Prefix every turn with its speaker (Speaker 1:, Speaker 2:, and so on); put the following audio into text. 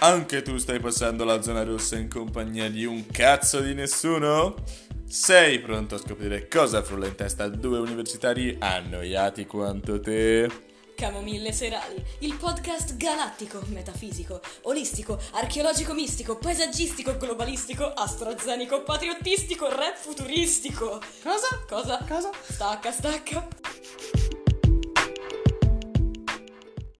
Speaker 1: Anche tu stai passando la zona rossa in compagnia di un cazzo di nessuno? Sei pronto a scoprire cosa frulla in testa a due universitari annoiati quanto te?
Speaker 2: Camomille Serali, il podcast galattico, metafisico, olistico, archeologico mistico, paesaggistico, globalistico, astrazzanico, patriottistico, rap futuristico.
Speaker 3: Cosa?
Speaker 2: Cosa?
Speaker 3: Cosa?
Speaker 2: Stacca, stacca.